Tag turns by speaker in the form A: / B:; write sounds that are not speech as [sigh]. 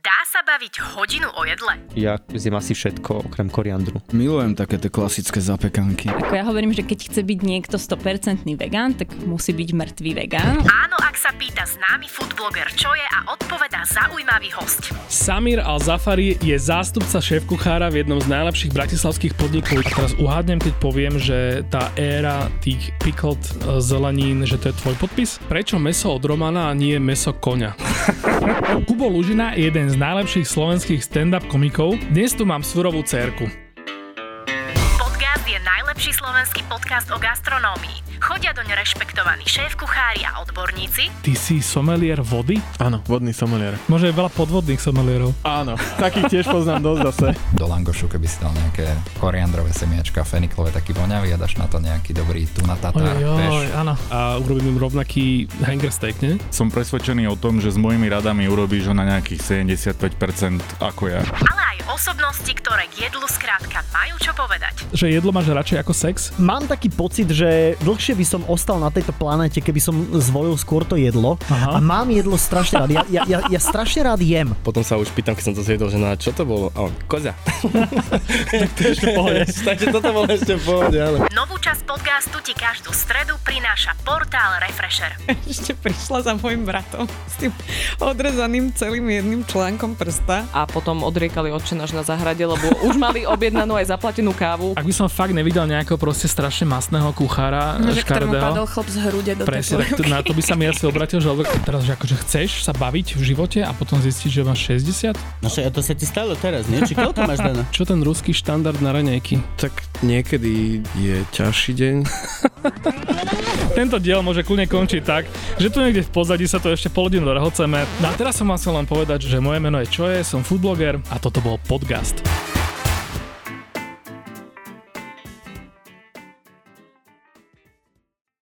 A: Dá sa baviť hodinu o jedle.
B: Ja zjem asi všetko okrem koriandru.
C: Milujem také tie klasické zapekanky.
D: Ako ja hovorím, že keď chce byť niekto 100% vegán, tak musí byť mŕtvý vegán.
A: Áno, ak sa pýta známy foodbloger, čo je a odpovedá zaujímavý host.
E: Samir Al-Zafari je zástupca šéf-kuchára v jednom z najlepších bratislavských podnikov. A teraz uhádnem, keď poviem, že tá éra tých pickled e, zelenín, že to je tvoj podpis. Prečo meso od Romana a nie meso koňa? [laughs] Kubo Lužina je jeden z najlepších slovenských stand-up komikov. Dnes tu mám surovú cerku.
A: Podcast je najlepší slovenský podcast o gastronómii. Chodia doň rešpektovaní šéf-kuchári a odborníci,
E: Ty si somelier vody?
F: Áno, vodný somelier.
E: Možno je veľa podvodných somelierov.
F: Áno, takých tiež poznám dosť zase.
G: Do langošu, keby si dal nejaké koriandrové semiačka, feniklové, taký voňavý a dáš na to nejaký dobrý tuna tatar, vieš.
E: áno. A urobím im rovnaký hanger steak, nie?
H: Som presvedčený o tom, že s mojimi radami urobíš ho na nejakých 75% ako ja.
A: ale aj osobnosti, ktoré k jedlu skrátka majú čo povedať.
E: Že jedlo máš radšej ako sex?
I: Mám taký pocit, že dlhšie by som ostal na tejto planete, keby som zvolil skôr to jedlo.
E: Aha.
I: A mám jedlo strašne rád. Ja, ja, ja, ja strašne rád jem.
J: Potom sa už pýtam, keď som to zjedol, že na čo to bolo? A on, koza. [laughs] Takže toto bolo ešte v pohode, ale...
A: Novú časť podcastu ti každú stredu prináša portál Refresher.
K: [laughs] ešte prišla za môjim bratom s tým odrezaným celým jedným článkom prsta. A potom odriekali odčenáš na zahrade, lebo už mali objednanú aj zaplatenú kávu.
E: Ak by som fakt nevidel nejakého proste strašne masného kuchára,
L: No, Že ktorému padol
E: škaredého,
L: chlop z hrude do
E: Teda? Presne, tak to, na to by sa mi asi obratil žalúdok. Teraz, že akože chceš sa baviť v živote a potom zistiť, že máš 60?
J: No a to sa ti stalo teraz, nie? Či koľko máš dana?
E: Čo ten ruský štandard na raňajky?
J: Tak niekedy je ťažší deň.
E: Tento diel môže kľudne končiť tak, že tu niekde v pozadí sa to ešte pol hodinu rehoceme. No a teraz som vám chcel len povedať, že moje meno je Čoje, som foodbloger a toto bol podcast.